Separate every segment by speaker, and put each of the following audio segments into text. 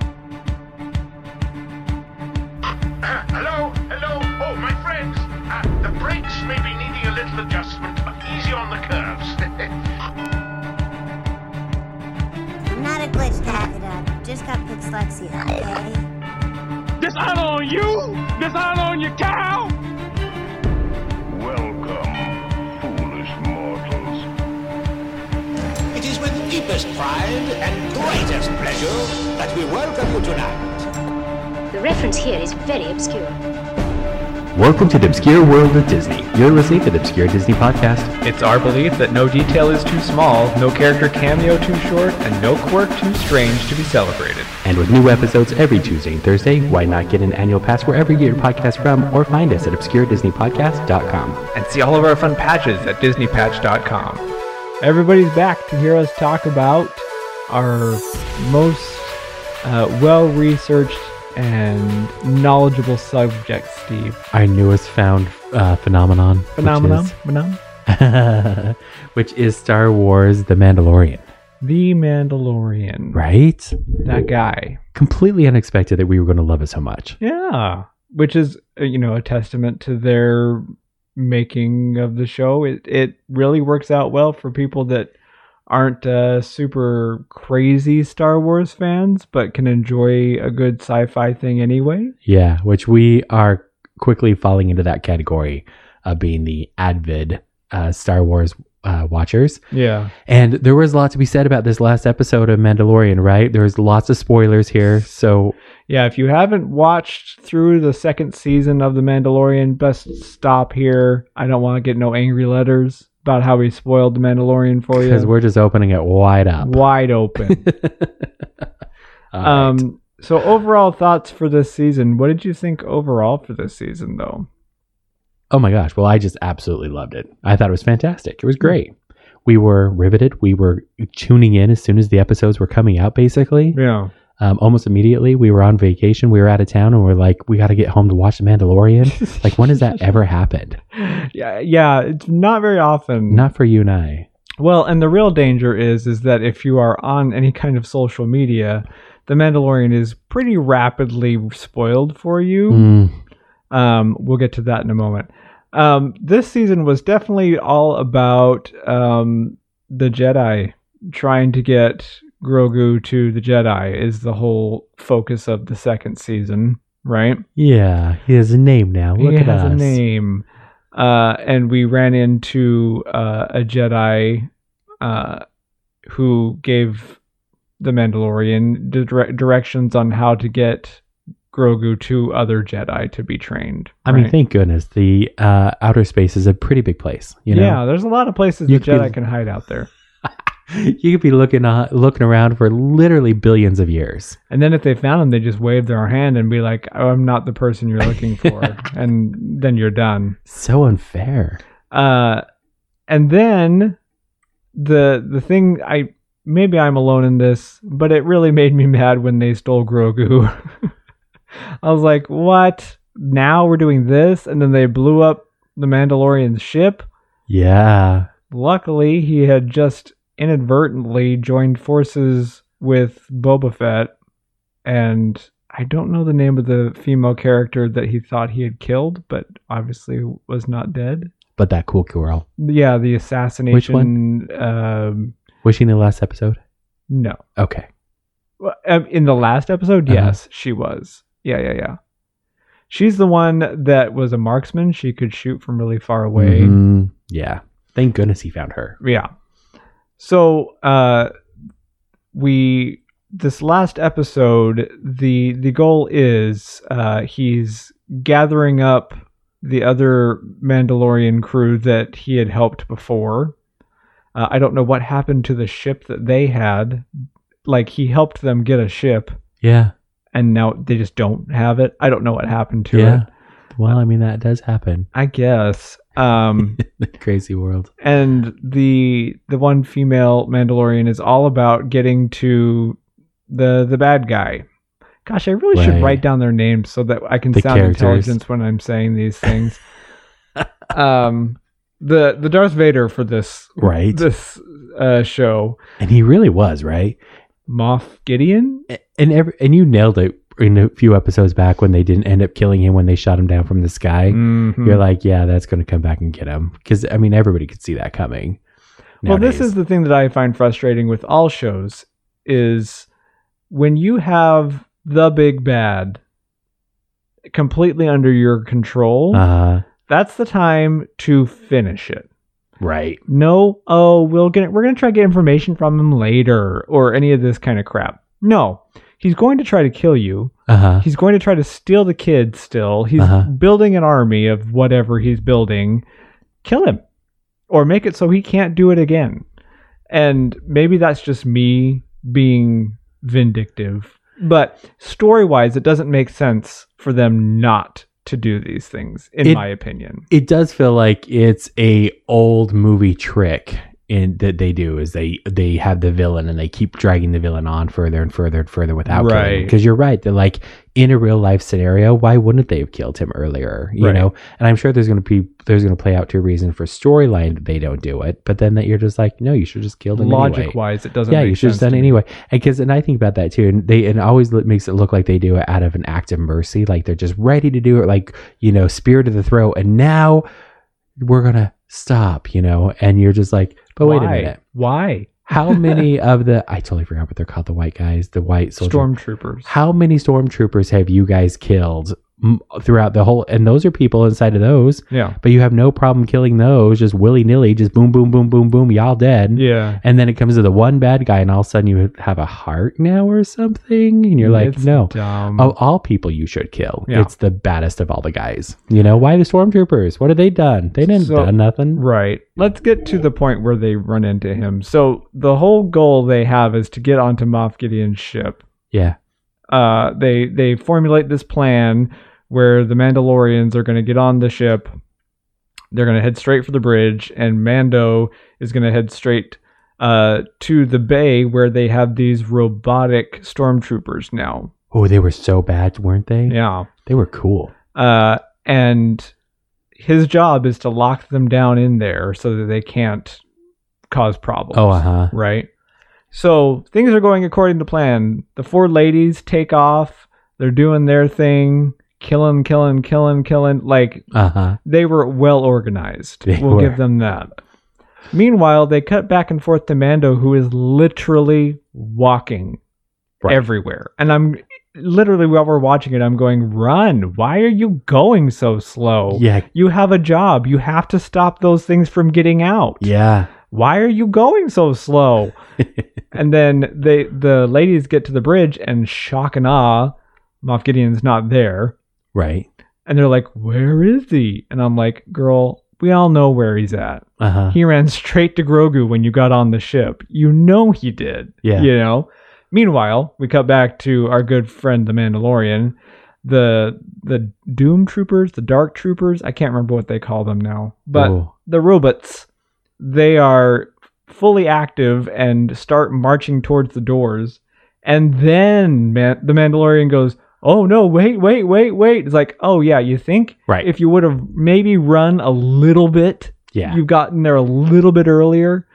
Speaker 1: Oh, uh, on the curves.
Speaker 2: Not a glitch, Dr. Doug. Just got dyslexia, okay?
Speaker 3: Dishonor on you! Dishonor on your cow!
Speaker 1: Welcome, foolish mortals.
Speaker 4: It is with deepest pride and greatest pleasure that we welcome you tonight.
Speaker 5: The reference here is very obscure.
Speaker 6: Welcome to the obscure world of Disney. You're listening to the Obscure Disney Podcast.
Speaker 7: It's our belief that no detail is too small, no character cameo too short, and no quirk too strange to be celebrated.
Speaker 6: And with new episodes every Tuesday and Thursday, why not get an annual pass wherever you get your podcast from or find us at obscuredisneypodcast.com.
Speaker 7: And see all of our fun patches at DisneyPatch.com. Everybody's back to hear us talk about our most uh, well researched and knowledgeable subject, Steve.
Speaker 6: Our newest found uh, phenomenon. which
Speaker 7: Phenomenon?
Speaker 6: is-
Speaker 7: Phenom-
Speaker 6: which is Star Wars The Mandalorian,
Speaker 7: The Mandalorian.
Speaker 6: right?
Speaker 7: That guy.
Speaker 6: Completely unexpected that we were going to love it so much.
Speaker 7: Yeah, which is uh, you know a testament to their making of the show. It it really works out well for people that aren't uh, super crazy Star Wars fans, but can enjoy a good sci-fi thing anyway.
Speaker 6: Yeah, which we are quickly falling into that category of being the avid uh, Star Wars uh, watchers.
Speaker 7: Yeah,
Speaker 6: And there was a lot to be said about this last episode of Mandalorian, right? There was lots of spoilers here. So,
Speaker 7: yeah. If you haven't watched through the second season of The Mandalorian, best stop here. I don't want to get no angry letters about how we spoiled The Mandalorian for
Speaker 6: because
Speaker 7: you.
Speaker 6: we're just opening it wide up. Uh,
Speaker 7: Wide open.
Speaker 6: All right.
Speaker 7: Um, so overall thoughts for this season. What did you think overall for this season, though?
Speaker 6: oh my gosh. Well, I just absolutely loved it. I thought it was fantastic. It was great. We were riveted. We were tuning in as soon as the episodes were coming out, basically.
Speaker 7: Yeah,
Speaker 6: Um, almost immediately, we were on vacation. We were out of town and we are like, we got to get home to watch The Mandalorian. like, when has that ever happened?
Speaker 7: yeah, yeah. It's not very often.
Speaker 6: Not for you and I.
Speaker 7: well, and the real danger is is that if you are on any kind of social media, the Mandalorian is pretty rapidly spoiled for you.
Speaker 6: Mm,
Speaker 7: Um, we'll get to that in a moment. Um, this season was definitely all about um, the Jedi trying to get Grogu to the Jedi is the whole focus of the second season, right?
Speaker 6: yeah. He has a name now. Look
Speaker 7: he
Speaker 6: at
Speaker 7: has
Speaker 6: us.
Speaker 7: a name, uh, and we ran into uh, a Jedi uh, who gave the Mandalorian dire- directions on how to get Grogu to other Jedi to be trained.
Speaker 6: I mean,
Speaker 7: right?
Speaker 6: thank goodness the uh, outer space is a pretty big place. You know,
Speaker 7: yeah, there's a lot of places
Speaker 6: You
Speaker 7: the
Speaker 6: could be-
Speaker 7: Jedi can hide out there.
Speaker 6: you could be looking uh, looking around for literally billions of years.
Speaker 7: And then if they found them, they just wave their hand and be like, oh, "I'm not the person you're looking for," and then you're done.
Speaker 6: So unfair.
Speaker 7: Uh, and then the the thing I maybe I'm alone in this, but it really made me mad when they stole Grogu. I was like, "What? Now we're doing this?" And then they blew up the Mandalorian's ship.
Speaker 6: Yeah,
Speaker 7: Luckily, he had just inadvertently joined forces with Boba Fett, and I don't know the name of the female character that he thought he had killed, but obviously was not dead.
Speaker 6: but that cool girl
Speaker 7: Yeah, the assassination. Um,
Speaker 6: was she in the last episode?
Speaker 7: no,
Speaker 6: Okay,
Speaker 7: Well, um, in the last episode,
Speaker 6: Uh-huh.
Speaker 7: yes, she was. Yeah, yeah, yeah. She's the one that was a marksman. She could shoot from really far away.
Speaker 6: Mhm. yeah. Thank goodness he found her.
Speaker 7: Yeah. So uh we this last episode the the goal is uh he's gathering up the other Mandalorian crew that he had helped before. Uh, I don't know what happened to the ship that they had. Like he helped them get a ship
Speaker 6: Yeah,
Speaker 7: and now they just don't have it. I don't know what happened to
Speaker 6: yeah.
Speaker 7: it.
Speaker 6: Well, I mean that does happen.
Speaker 7: I guess um
Speaker 6: The crazy world.
Speaker 7: and the the one female Mandalorian is all about getting to the the bad guy. Gosh, I really should
Speaker 6: Right.
Speaker 7: write down their names so that I can
Speaker 6: The
Speaker 7: sound
Speaker 6: characters.
Speaker 7: intelligence when I'm saying these things. um, the the Darth Vader for this
Speaker 6: Right.
Speaker 7: this uh, show,
Speaker 6: and he really was right.
Speaker 7: Moff Gideon.
Speaker 6: A- And every, and you nailed it in a few episodes back when they didn't end up killing him when they shot him down from the sky.
Speaker 7: Mhm.
Speaker 6: You're like, yeah, that's going to come back and get him because I mean everybody could see that coming.
Speaker 7: Well, this
Speaker 6: nowadays.
Speaker 7: is the thing that I find frustrating with all shows is when you have the big bad completely under your control,
Speaker 6: uh,
Speaker 7: that's the time to finish it.
Speaker 6: right.
Speaker 7: No, oh, we'll get we're going to try to get information from him later or any of this kind of crap. No. He's going to try to kill you.
Speaker 6: Uh huh.
Speaker 7: He's going to try to steal the kid still. He's
Speaker 6: Uh-huh.
Speaker 7: building an army of whatever he's building. Kill him or make it so he can't do it again. And maybe that's just me being vindictive. But story wise, it doesn't make sense for them not to do these things, in
Speaker 6: It-
Speaker 7: my opinion.
Speaker 6: It does feel like it's a old movie trick in that they do is they they have the villain and they keep dragging the villain on further and further and further without killing
Speaker 7: Right.
Speaker 6: because you're right that like in a real life scenario why wouldn't they have killed him earlier you
Speaker 7: Right.
Speaker 6: know and i'm sure there's going to be there's going to play out to a reason for storyline that they don't do it but then that you're just like no you should just kill him
Speaker 7: Logic
Speaker 6: anyway.
Speaker 7: wise, it doesn't
Speaker 6: yeah,
Speaker 7: make
Speaker 6: you should have
Speaker 7: sense
Speaker 6: done
Speaker 7: to
Speaker 6: it
Speaker 7: me.
Speaker 6: anyway. And because, and I think about that too. And they, and it always lo- makes it look like they do it out of an act of mercy, like they're just ready to do it, like you know, spear to the throat. And now we're gonna stop, you know. And you're just like, but Oh, wait a
Speaker 7: Why?
Speaker 6: minute,
Speaker 7: Why?
Speaker 6: how many of the? I totally forgot what they're called, the white guys, the white soldiers.
Speaker 7: Stormtroopers.
Speaker 6: How many stormtroopers have you guys killed m- throughout the whole? And those are people inside of those,
Speaker 7: Yeah.
Speaker 6: but you have no problem killing those, just willy nilly, just boom, boom, boom, boom, boom, y'all dead.
Speaker 7: Yeah.
Speaker 6: And then it comes to the one bad guy, and all of a sudden you have a heart now or something, and you're like,
Speaker 7: It's
Speaker 6: no. Oh,
Speaker 7: Dumb.
Speaker 6: Of all people you should kill,
Speaker 7: Yeah.
Speaker 6: it's the baddest of all the guys. You know why the stormtroopers? What have they done? They didn't
Speaker 7: So-
Speaker 6: done nothing.
Speaker 7: Right. Let's get to the point where they run into him. So the whole goal they have is to get onto Moff Gideon's ship.
Speaker 6: Yeah,
Speaker 7: Uh, they they formulate this plan where the Mandalorians are going to get on the ship. They're going to head straight for the bridge, and Mando is going to head straight uh, to the bay where they have these robotic stormtroopers now.
Speaker 6: Oh, they were so bad, weren't they?
Speaker 7: Yeah.
Speaker 6: they were cool.
Speaker 7: Uh, and his job is to lock them down in there so that they can't cause problems.
Speaker 6: Oh, uh huh.
Speaker 7: Right. So things are going according to plan. The four ladies take off. They're doing their thing, killing, killing, killing, killing. Like
Speaker 6: Uh huh.
Speaker 7: they were well organized.
Speaker 6: They
Speaker 7: we'll
Speaker 6: were.
Speaker 7: give them that. Meanwhile, they cut back and forth to Mando, who is literally walking
Speaker 6: Right.
Speaker 7: everywhere. And I'm literally while we're watching it, I'm going, "Run! Why are you going so slow?
Speaker 6: Yeah,
Speaker 7: You have a job. You have to stop those things from getting out."
Speaker 6: yeah.
Speaker 7: why are you going so slow? and then they the ladies get to the bridge and shock and awe, Moff Gideon's not there.
Speaker 6: Right.
Speaker 7: And they're like, Where is he? And I'm like, Girl, we all know where he's at.
Speaker 6: Uh huh.
Speaker 7: He ran straight to Grogu when you got on the ship. You know he did.
Speaker 6: Yeah.
Speaker 7: You know? Meanwhile, we cut back to our good friend the Mandalorian. The the Doom Troopers, the Dark Troopers, I can't remember what they call them now. But
Speaker 6: Oh.
Speaker 7: the robots they are fully active and start marching towards the doors and then man- the mandalorian goes oh no wait wait wait wait it's like oh yeah you think
Speaker 6: Right.
Speaker 7: if you would have maybe run a little bit
Speaker 6: yeah.
Speaker 7: you've gotten there a little bit earlier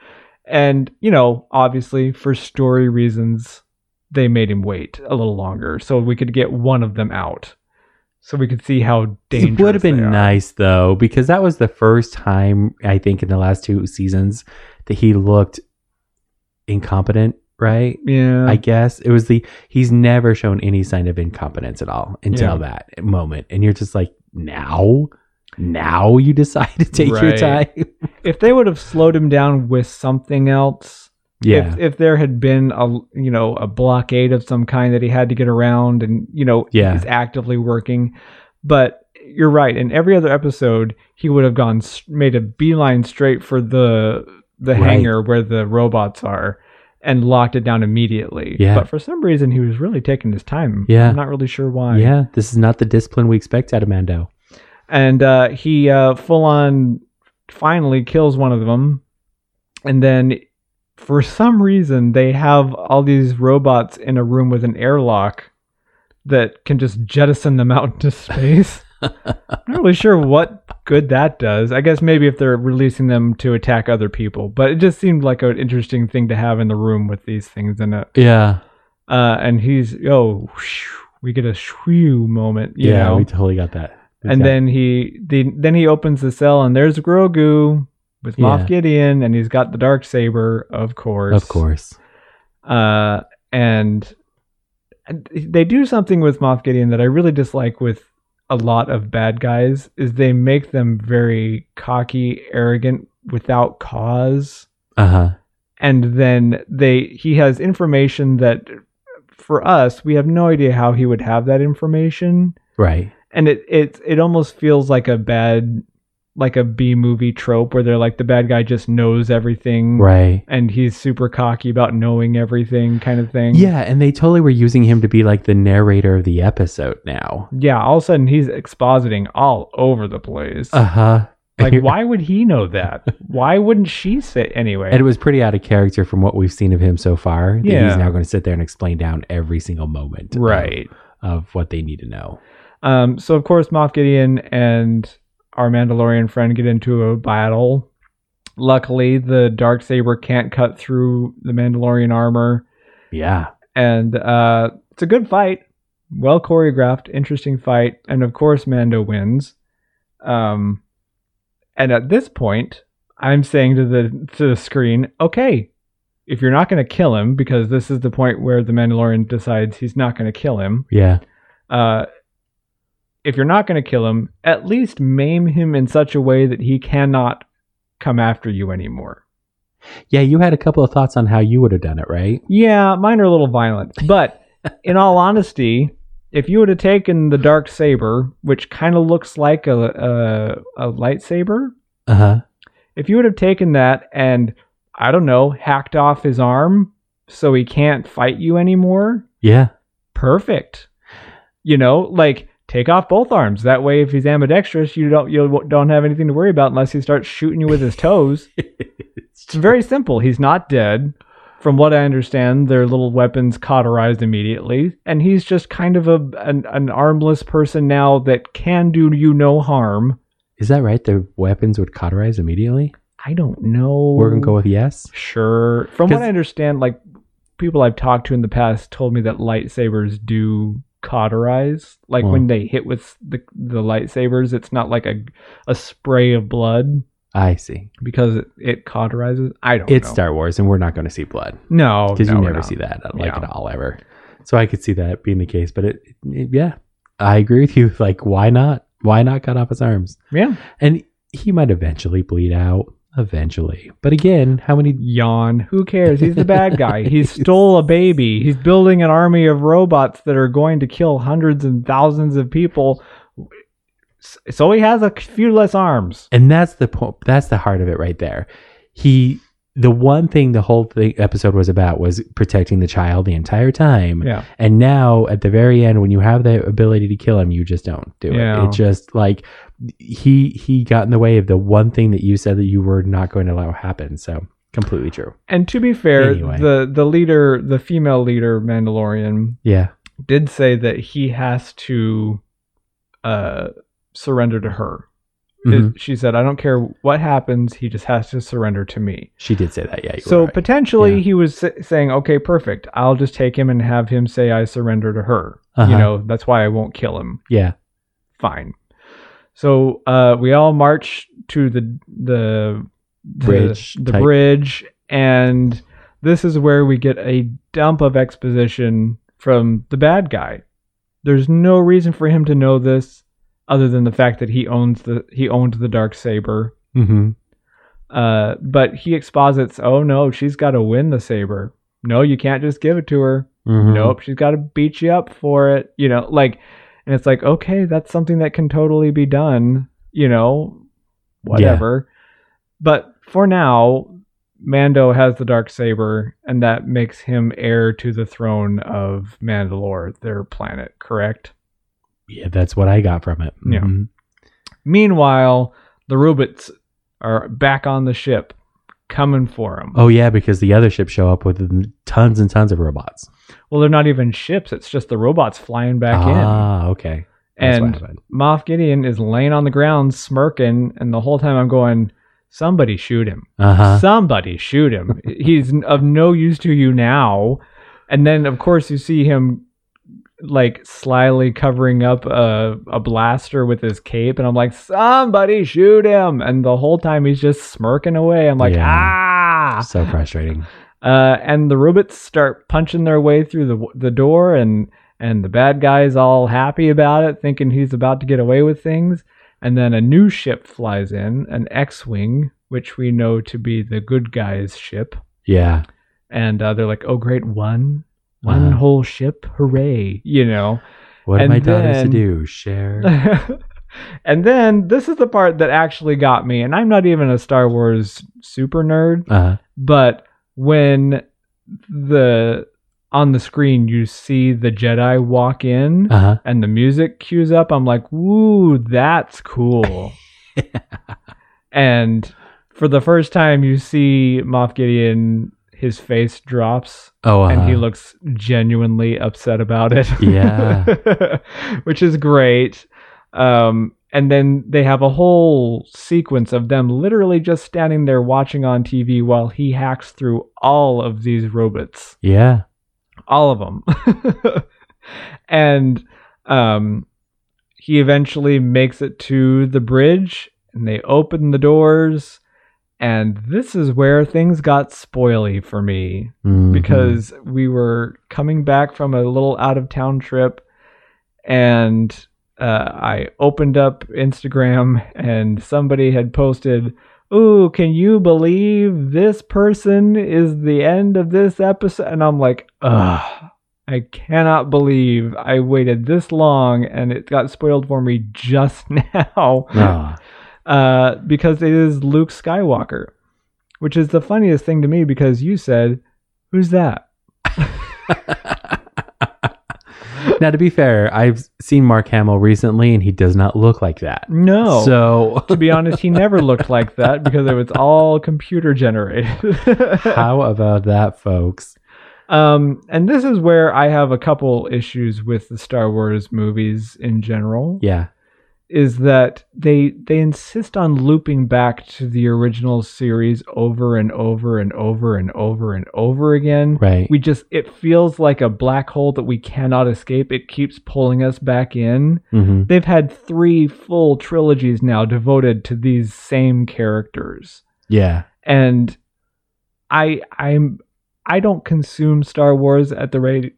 Speaker 7: and you know obviously for story reasons they made him wait a little longer so we could get one of them out so we could see how dangerous
Speaker 6: It would have been
Speaker 7: they are.
Speaker 6: nice though, because that was the first time I think in the last two seasons that he looked incompetent. Right.
Speaker 7: yeah
Speaker 6: I guess it was the he's never shown any sign of incompetence at all until that moment, and you're just like, now, now you decide to take your
Speaker 7: Right.
Speaker 6: time.
Speaker 7: if they would have slowed him down with something else
Speaker 6: Yeah,
Speaker 7: if, if there had been a you know a blockade of some kind that he had to get around and you know
Speaker 6: Yeah.
Speaker 7: he's actively working but you're right in every other episode he would have gone s- made a beeline straight for the the
Speaker 6: Right.
Speaker 7: hangar where the robots are and locked it down immediately
Speaker 6: Yeah.
Speaker 7: but for some reason he was really taking his time
Speaker 6: Yeah.
Speaker 7: i'm not really sure why
Speaker 6: yeah. This is not the discipline we expect out of Mando.
Speaker 7: and uh, he uh, full on finally kills one of them, and then for some reason they have all these robots in a room with an airlock that can just jettison them out into space. I'm not really sure what good that does. I guess maybe if they're releasing them to attack other people, but it just seemed like an interesting thing to have in the room with these things in it.
Speaker 6: Yeah,
Speaker 7: Uh, and he's oh, whew, we get a shwew moment, you
Speaker 6: yeah,
Speaker 7: know.
Speaker 6: we totally got that. We
Speaker 7: and
Speaker 6: got-
Speaker 7: then he the, then he opens the cell and there's Grogu with Moff
Speaker 6: Yeah.
Speaker 7: Gideon and he's got the dark saber, of course.
Speaker 6: of course,
Speaker 7: Uh and and they do something with Moff Gideon that I really dislike with a lot of bad guys is they make them very cocky, arrogant without cause
Speaker 6: uh huh.
Speaker 7: and then they he has information that for us we have no idea how he would have that information
Speaker 6: Right.
Speaker 7: and it it it almost feels like a bad like a B movie trope where they're like the bad guy just knows everything
Speaker 6: Right.
Speaker 7: and he's super cocky about knowing everything kind of thing
Speaker 6: Yeah, and they totally were using him to be like the narrator of the episode now.
Speaker 7: yeah all of a sudden he's expositing all over the place
Speaker 6: Uh
Speaker 7: Uh-huh.
Speaker 6: huh.
Speaker 7: like why would he know that why wouldn't she say anyway
Speaker 6: And it was pretty out of character from what we've seen of him so far. That
Speaker 7: Yeah.
Speaker 6: He's now going to sit there and explain down every single moment. of-
Speaker 7: right
Speaker 6: Of, what they need to know.
Speaker 7: Um, so of course, Moff Gideon and our Mandalorian friend get into a battle. Luckily, the dark saber can't cut through the Mandalorian armor,
Speaker 6: Yeah.
Speaker 7: and uh, it's a good fight, well choreographed, interesting fight, and of course, Mando wins. Um, and at this point, I'm saying to the to the screen, okay, if you're not going to kill him, because this is the point where the Mandalorian decides he's not going to kill him
Speaker 6: Yeah.
Speaker 7: uh, if you're not going to kill him, at least maim him in such a way that he cannot come after you anymore.
Speaker 6: Yeah. You had a couple of thoughts on how you would have done it, right?
Speaker 7: Yeah, mine are a little violent, but in all honesty, if you would have taken the dark saber, which kind of looks like a, a a lightsaber,
Speaker 6: Uh
Speaker 7: Uh-huh.
Speaker 6: huh.
Speaker 7: if you would have taken that and I don't know, hacked off his arm so he can't fight you anymore,
Speaker 6: Yeah.
Speaker 7: perfect. You know, like take off both arms. That way, if he's ambidextrous, you don't you don't have anything to worry about unless he starts shooting you with his toes. it's very simple. He's not dead. From what I understand, their little weapons cauterized immediately, and he's just kind of a an, an armless person now that can do you no harm.
Speaker 6: Is that right? The weapons would cauterize immediately?
Speaker 7: I don't know.
Speaker 6: We're going to go with yes.
Speaker 7: Sure. From what
Speaker 6: 'Cause-
Speaker 7: I understand, like people I've talked to in the past told me that lightsabers do cauterize. Like when
Speaker 6: Wow.
Speaker 7: they hit with the the lightsabers, it's not like a a spray of blood
Speaker 6: I see.
Speaker 7: because it, it cauterizes. I don't
Speaker 6: It's
Speaker 7: know.
Speaker 6: Star Wars, and we're not going to see blood.
Speaker 7: no,
Speaker 6: because
Speaker 7: no,
Speaker 6: you
Speaker 7: we're
Speaker 6: never
Speaker 7: not.
Speaker 6: see that like
Speaker 7: Yeah.
Speaker 6: at all ever. So I could see that being the case, but it, it- yeah, I agree with you. Like, why not? Why not cut off his arms?
Speaker 7: Yeah.
Speaker 6: And he might eventually bleed out, eventually. But again, how many?
Speaker 7: Yawn. Who cares? He's the bad guy. He stole a baby. He's building an army of robots that are going to kill hundreds and thousands of people. S- So he has a few less arms.
Speaker 6: And that's the point. That's the heart of it, right there. He, the one thing the whole thing, episode was about was protecting the child the entire time.
Speaker 7: Yeah.
Speaker 6: And now at the very end, when you have the ability to kill him, you just don't do
Speaker 7: Yeah.
Speaker 6: it. It just like he he got in the way of the one thing that you said that you were not going to allow happen. So completely true.
Speaker 7: And to be fair,
Speaker 6: Anyway.
Speaker 7: the the leader, the female leader Mandalorian,
Speaker 6: Yeah.
Speaker 7: did say that he has to uh, surrender to her. It-
Speaker 6: Mhm.
Speaker 7: she said, "I don't care what happens; he just has to surrender to me."
Speaker 6: She did say that. Yeah. you were
Speaker 7: So
Speaker 6: right.
Speaker 7: potentially,
Speaker 6: Yeah.
Speaker 7: he was sa- saying, "Okay, perfect. I'll just take him and have him say I surrender to her. You
Speaker 6: Uh-huh.
Speaker 7: know, that's why I won't kill him.
Speaker 6: yeah.
Speaker 7: Fine." So uh, we all march to the the the-
Speaker 6: Bridge
Speaker 7: the
Speaker 6: type.
Speaker 7: bridge, and this is where we get a dump of exposition from the bad guy. There's no reason for him to know this, other than the fact that he owns the he owned the dark saber.
Speaker 6: Mm-hmm.
Speaker 7: Uh, but he exposits, "Oh no, she's got to win the saber. No, you can't just give it to her.
Speaker 6: Hmm. Mm-hmm.
Speaker 7: Nope, she's got to beat you up for it." You know, like, and it's like, okay, that's something that can totally be done. You know, whatever. But for now, Mando has the dark saber, and that makes him heir to the throne of Mandalore, their planet. Correct.
Speaker 6: Yeah. That's what I got from it.
Speaker 7: Yeah.
Speaker 6: Mhm.
Speaker 7: Meanwhile, the Rubits are back on the ship, coming for him.
Speaker 6: Oh yeah, because the other ships show up with tons and tons of robots.
Speaker 7: Well, they're not even ships; it's just the robots flying back in.
Speaker 6: ah, okay. That's what
Speaker 7: And
Speaker 6: happened.
Speaker 7: Moff Gideon is laying on the ground, smirking, and the whole time I'm going, "Somebody shoot him."
Speaker 6: Uh huh.
Speaker 7: Somebody shoot him. He's of no use to you now. And then, of course, you see him like slyly covering up a, a blaster with his cape and i'm like somebody shoot him and the whole time he's just smirking away i'm like
Speaker 6: Yeah.
Speaker 7: ah
Speaker 6: So frustrating.
Speaker 7: uh, and the robots start punching their way through the the door, and and the bad guy's all happy about it, thinking he's about to get away with things. And then a new ship flies in, an X-wing, which we know to be the good guys' ship.
Speaker 6: Yeah.
Speaker 7: And uh, they're like, "Oh, great, one, one
Speaker 6: Uh-huh.
Speaker 7: whole ship, hooray!" You know.
Speaker 6: What
Speaker 7: And
Speaker 6: am I daughters to
Speaker 7: then-
Speaker 6: do? Share.
Speaker 7: and then this is the part that actually got me, and I'm not even a Star Wars super nerd
Speaker 6: Uh,
Speaker 7: but when the on the screen you see the Jedi walk in
Speaker 6: uh huh.
Speaker 7: and the music cues up, I'm like, "Woo, that's cool." and for the first time, you see Moff Gideon, his face drops,
Speaker 6: Oh, uh,
Speaker 7: and he looks genuinely upset about it.
Speaker 6: Yeah.
Speaker 7: which is great. Um, and then they have a whole sequence of them literally just standing there watching on TV while he hacks through all of these robots,
Speaker 6: yeah.
Speaker 7: all of them. and um, he eventually makes it to the bridge, and they open the doors. And this is where things got spoily for me
Speaker 6: Mhm.
Speaker 7: because we were coming back from a little out of town trip and uh, I opened up Instagram and somebody had posted, Ooh, can you believe this person is the end of this episode? And I'm like, Ugh, I cannot believe I waited this long and it got spoiled for me just now
Speaker 6: Ah,
Speaker 7: uh, because it is Luke Skywalker, which is the funniest thing to me because you said, "Who's that?"
Speaker 6: Now, to be fair, I've seen Mark Hamill recently, and he does not look like that.
Speaker 7: No.
Speaker 6: So,
Speaker 7: to be honest, he never looked like that because it was all computer generated.
Speaker 6: how about that, folks?
Speaker 7: um, and this is where I have a couple issues with the Star Wars movies in general.
Speaker 6: Yeah.
Speaker 7: Is that they they insist on looping back to the original series over and over and over and over and over again.
Speaker 6: Right.
Speaker 7: we just it feels like a black hole that we cannot escape it keeps pulling us back in
Speaker 6: hmm
Speaker 7: they've had three full trilogies now devoted to these same characters
Speaker 6: Yeah.
Speaker 7: and i i'm i don't consume star wars at the rate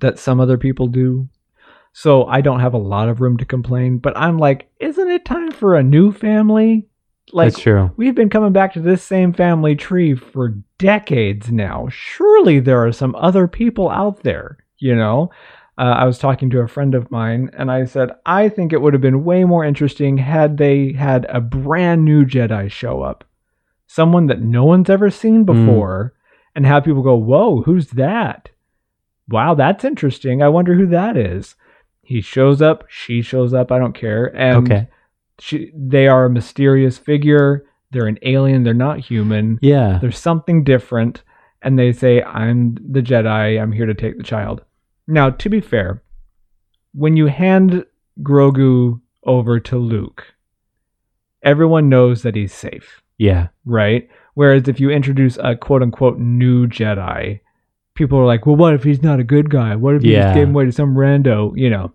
Speaker 7: that some other people do so i don't have a lot of room to complain but i'm like isn't it time for a new family like
Speaker 6: That's true.
Speaker 7: We've been coming back to this same family tree for decades now. Surely there are some other people out there, you know? Uh, I was talking to a friend of mine and I said, I think it would have been way more interesting had they had a brand new Jedi show up, someone that no one's ever seen before, and have people go, Whoa, who's that? Wow, that's interesting. I wonder who that is. He shows up, she shows up, I don't care. And
Speaker 6: okay.
Speaker 7: she, they are a mysterious figure. They're an alien. They're not human.
Speaker 6: Yeah.
Speaker 7: There's something different. And they say, I'm the Jedi. I'm here to take the child. Now, to be fair, when you hand Grogu over to Luke, everyone knows that he's safe,
Speaker 6: Yeah.
Speaker 7: right? Whereas if you introduce a quote unquote new Jedi, people are like, well, what if he's not a good guy? What if he
Speaker 6: Yeah.
Speaker 7: just gave him away to some rando, you know?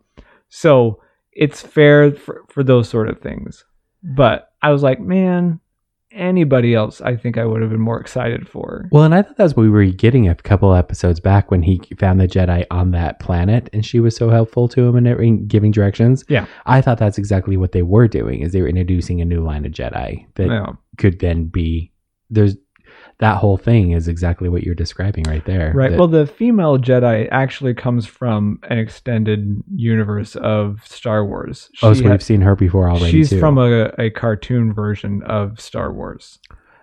Speaker 7: So it's fair for, for those sort of things. But I was like, man, anybody else I think I would have been more excited for.
Speaker 6: Well, and I thought that's what we were getting a couple episodes back when he found the Jedi on that planet, and she was so helpful to him and everything, giving directions.
Speaker 7: Yeah.
Speaker 6: I thought that's exactly what they were doing is they were introducing a new line of Jedi that
Speaker 7: Yeah,
Speaker 6: could then be there's that whole thing is exactly what you're describing right there.
Speaker 7: right.
Speaker 6: That-
Speaker 7: Well, the female Jedi actually comes from an extended universe of Star Wars. She
Speaker 6: oh, so
Speaker 7: had-
Speaker 6: we've seen her before already.
Speaker 7: she's
Speaker 6: too.
Speaker 7: from a, a cartoon version of Star Wars.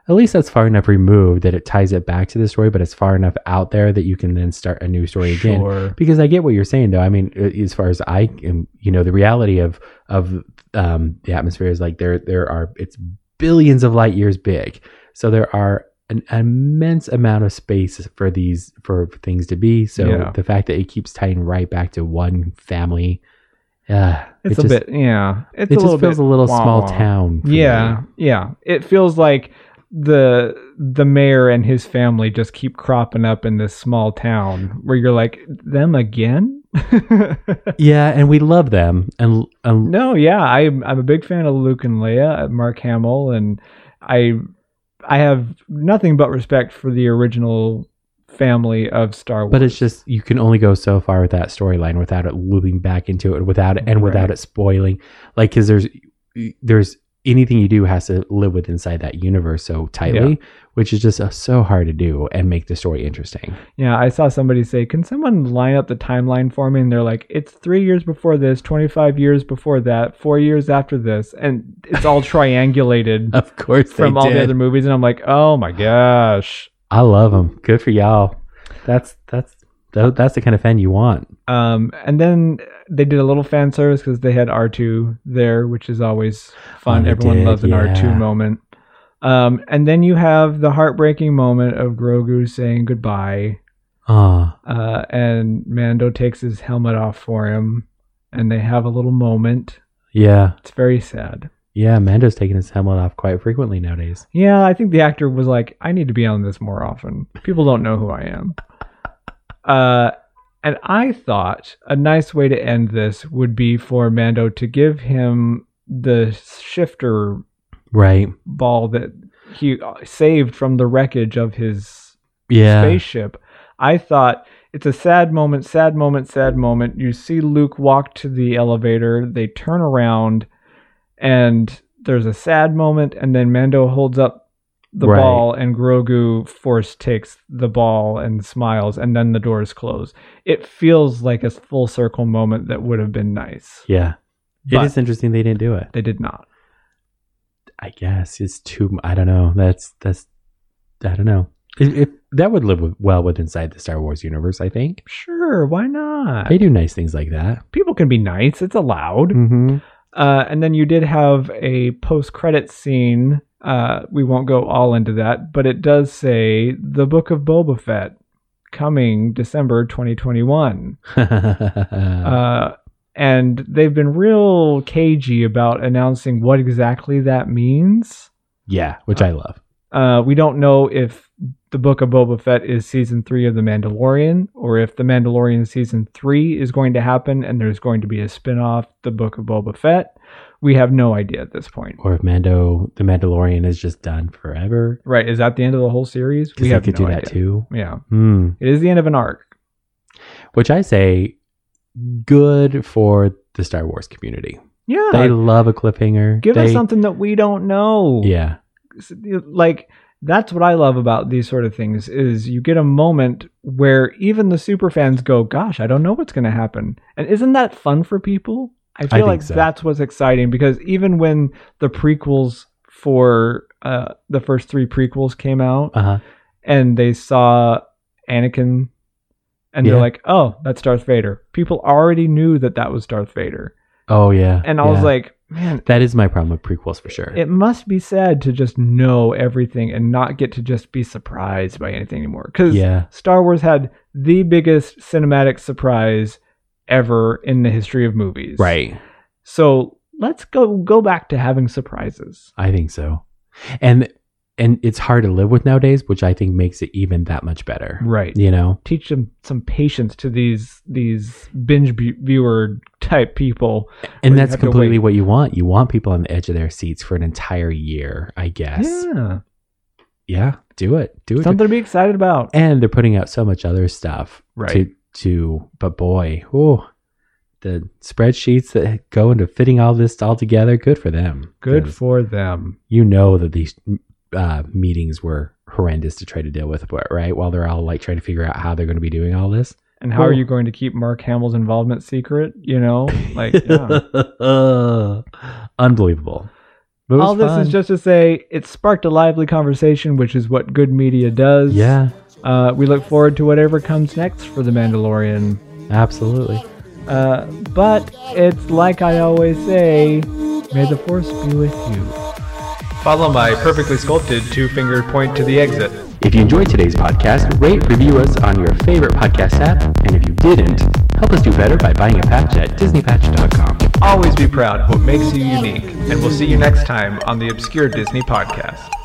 Speaker 6: At least that's far enough removed that it ties it back to the story, but it's far enough out there that you can then start a new story again.
Speaker 7: Sure.
Speaker 6: because I get what you're saying though. I mean, a- as far as I can, you know, the reality of of um, the atmosphere is like there there are it's billions of light years big, so there are an immense amount of space for these for things to be. So
Speaker 7: Yeah.
Speaker 6: the fact that it keeps tying right back to one family, uh,
Speaker 7: It's
Speaker 6: it
Speaker 7: a
Speaker 6: just,
Speaker 7: bit, yeah. It's
Speaker 6: It
Speaker 7: a
Speaker 6: just
Speaker 7: little
Speaker 6: feels
Speaker 7: bit
Speaker 6: a little
Speaker 7: wah-wah.
Speaker 6: small town. for
Speaker 7: Yeah,
Speaker 6: me.
Speaker 7: yeah. It feels like the the mayor and his family just keep cropping up in this small town where you're like them again.
Speaker 6: Yeah, and we love them. And, and
Speaker 7: no, yeah, I'm I'm a big fan of Luke and Leia, uh, Mark Hamill, and I I have nothing but respect for the original family of Star Wars.
Speaker 6: but it's just you can only go so far with that storyline without it looping back into it, without it, and without
Speaker 7: Right.
Speaker 6: it spoiling. Like, because there's there's anything you do has to live with inside that universe so tightly, which is just uh, so hard to do and make the story interesting.
Speaker 7: Yeah, I saw somebody say, "Can someone line up the timeline for me?" And they're like, "It's three years before this, twenty-five years before that, four years after this, and it's all triangulated
Speaker 6: Of course,
Speaker 7: from all the other movies." And I'm like, "Oh my gosh!"
Speaker 6: I love them. Good for y'all. That's that's tho- that's the kind of fan you want.
Speaker 7: Um, and then they did a little fan service because they had R two there, which is always
Speaker 6: Oh,
Speaker 7: fun.
Speaker 6: they
Speaker 7: Everyone
Speaker 6: did,
Speaker 7: loves an R two
Speaker 6: yeah.
Speaker 7: moment. Um, and then you have the heartbreaking moment of Grogu saying goodbye.
Speaker 6: Ah,
Speaker 7: uh, and Mando takes his helmet off for him, and they have a little moment.
Speaker 6: yeah,
Speaker 7: It's very sad.
Speaker 6: yeah. Mando's taking his helmet off quite frequently nowadays.
Speaker 7: Yeah, I think the actor was like, I need to be on this more often. People don't know who I am. Uh, and I thought a nice way to end this would be for Mando to give him the shifter
Speaker 6: Right.
Speaker 7: ball that he saved from the wreckage of his
Speaker 6: Yeah.
Speaker 7: spaceship. I thought it's a sad moment, sad moment, sad moment. You see Luke walk to the elevator, they turn around, and there's a sad moment, and then Mando holds up the
Speaker 6: Right.
Speaker 7: ball, and Grogu force takes the ball and smiles, and then the doors close. It feels like a full circle moment that would have been nice.
Speaker 6: Yeah.
Speaker 7: But-
Speaker 6: it is interesting they didn't do it.
Speaker 7: They did not.
Speaker 6: I guess it's too. I don't know. That's that's. I don't know. It, it, that would live with, well with inside the Star Wars universe. I think
Speaker 7: Sure, why not?
Speaker 6: they do nice things like that.
Speaker 7: People can be nice, it's allowed.
Speaker 6: Mm-hmm.
Speaker 7: Uh, and then you did have a post-credit scene. Uh, we won't go all into that, but it does say the Book of Boba Fett coming December 2021. Uh, and they've been real cagey about announcing what exactly that means.
Speaker 6: yeah, which I love.
Speaker 7: Uh, we don't know if the Book of Boba Fett is season three of The Mandalorian, or if The Mandalorian season three is going to happen and there's going to be a spin-off, The Book of Boba Fett. We have no idea at this point.
Speaker 6: Or if Mando the Mandalorian is just done forever,
Speaker 7: Right. Is that the end of the whole series?
Speaker 6: 'Cause they could do that too.
Speaker 7: Yeah.
Speaker 6: Hmm.
Speaker 7: It is the end of an arc.
Speaker 6: which I say good for the Star Wars community.
Speaker 7: Yeah.
Speaker 6: They love a cliffhanger.
Speaker 7: Give us
Speaker 6: They-
Speaker 7: something that we don't know.
Speaker 6: Yeah,
Speaker 7: S- Like, that's what I love about these sort of things is you get a moment where even the super fans go, gosh, I don't know what's going to happen. And isn't that fun for people? I feel
Speaker 6: think
Speaker 7: like
Speaker 6: so.
Speaker 7: that's what's exciting because even when the prequels for uh, the first three prequels came out,
Speaker 6: uh huh.
Speaker 7: and they saw Anakin and they're
Speaker 6: Yeah.
Speaker 7: like, "Oh, that's Darth Vader." People already knew that that was Darth Vader.
Speaker 6: Oh yeah.
Speaker 7: And I was
Speaker 6: yeah.
Speaker 7: like, "Man,
Speaker 6: that is my problem with prequels for sure.
Speaker 7: it must be sad to just know everything and not get to just be surprised by anything anymore." Cuz
Speaker 6: yeah,
Speaker 7: Star Wars had the biggest cinematic surprise ever in the history of movies.
Speaker 6: right.
Speaker 7: So, let's go go back to having surprises.
Speaker 6: I think so. And and it's hard to live with nowadays, which I think makes it even that much better.
Speaker 7: Right.
Speaker 6: You know.
Speaker 7: teach them some patience to these these binge bu- viewer type people.
Speaker 6: And
Speaker 7: Well, you
Speaker 6: that's
Speaker 7: have to
Speaker 6: completely
Speaker 7: wait.
Speaker 6: what you want. You want people on the edge of their seats for an entire year, I guess. Yeah,
Speaker 7: Yeah,
Speaker 6: do it. Do it.
Speaker 7: something to be excited about.
Speaker 6: and they're putting out so much other stuff
Speaker 7: Right.
Speaker 6: to to but boy oh the spreadsheets that go into fitting all this all together good for them
Speaker 7: Good
Speaker 6: 'Cause
Speaker 7: for them.
Speaker 6: you know that these uh, meetings were horrendous to try to deal with but right while they're all like trying to figure out how they're going to be doing all this
Speaker 7: And how are
Speaker 6: Cool.
Speaker 7: you going to keep Mark Hamill's involvement secret? You know, like yeah.
Speaker 6: unbelievable But it was
Speaker 7: all this is
Speaker 6: fun.
Speaker 7: just to say it sparked a lively conversation, which is what good media does.
Speaker 6: yeah
Speaker 7: Uh, we look forward to whatever comes next for The Mandalorian.
Speaker 6: absolutely
Speaker 7: Uh, but it's like I always say, may the force be with you. Follow my perfectly sculpted two finger point to the exit.
Speaker 6: If you enjoyed today's podcast, rate, review us on your favorite podcast app, and if you didn't, help us do better by buying a patch at disneypatch.com.
Speaker 7: Always be proud of what makes you unique, and we'll see you next time on the Obscure Disney Podcast.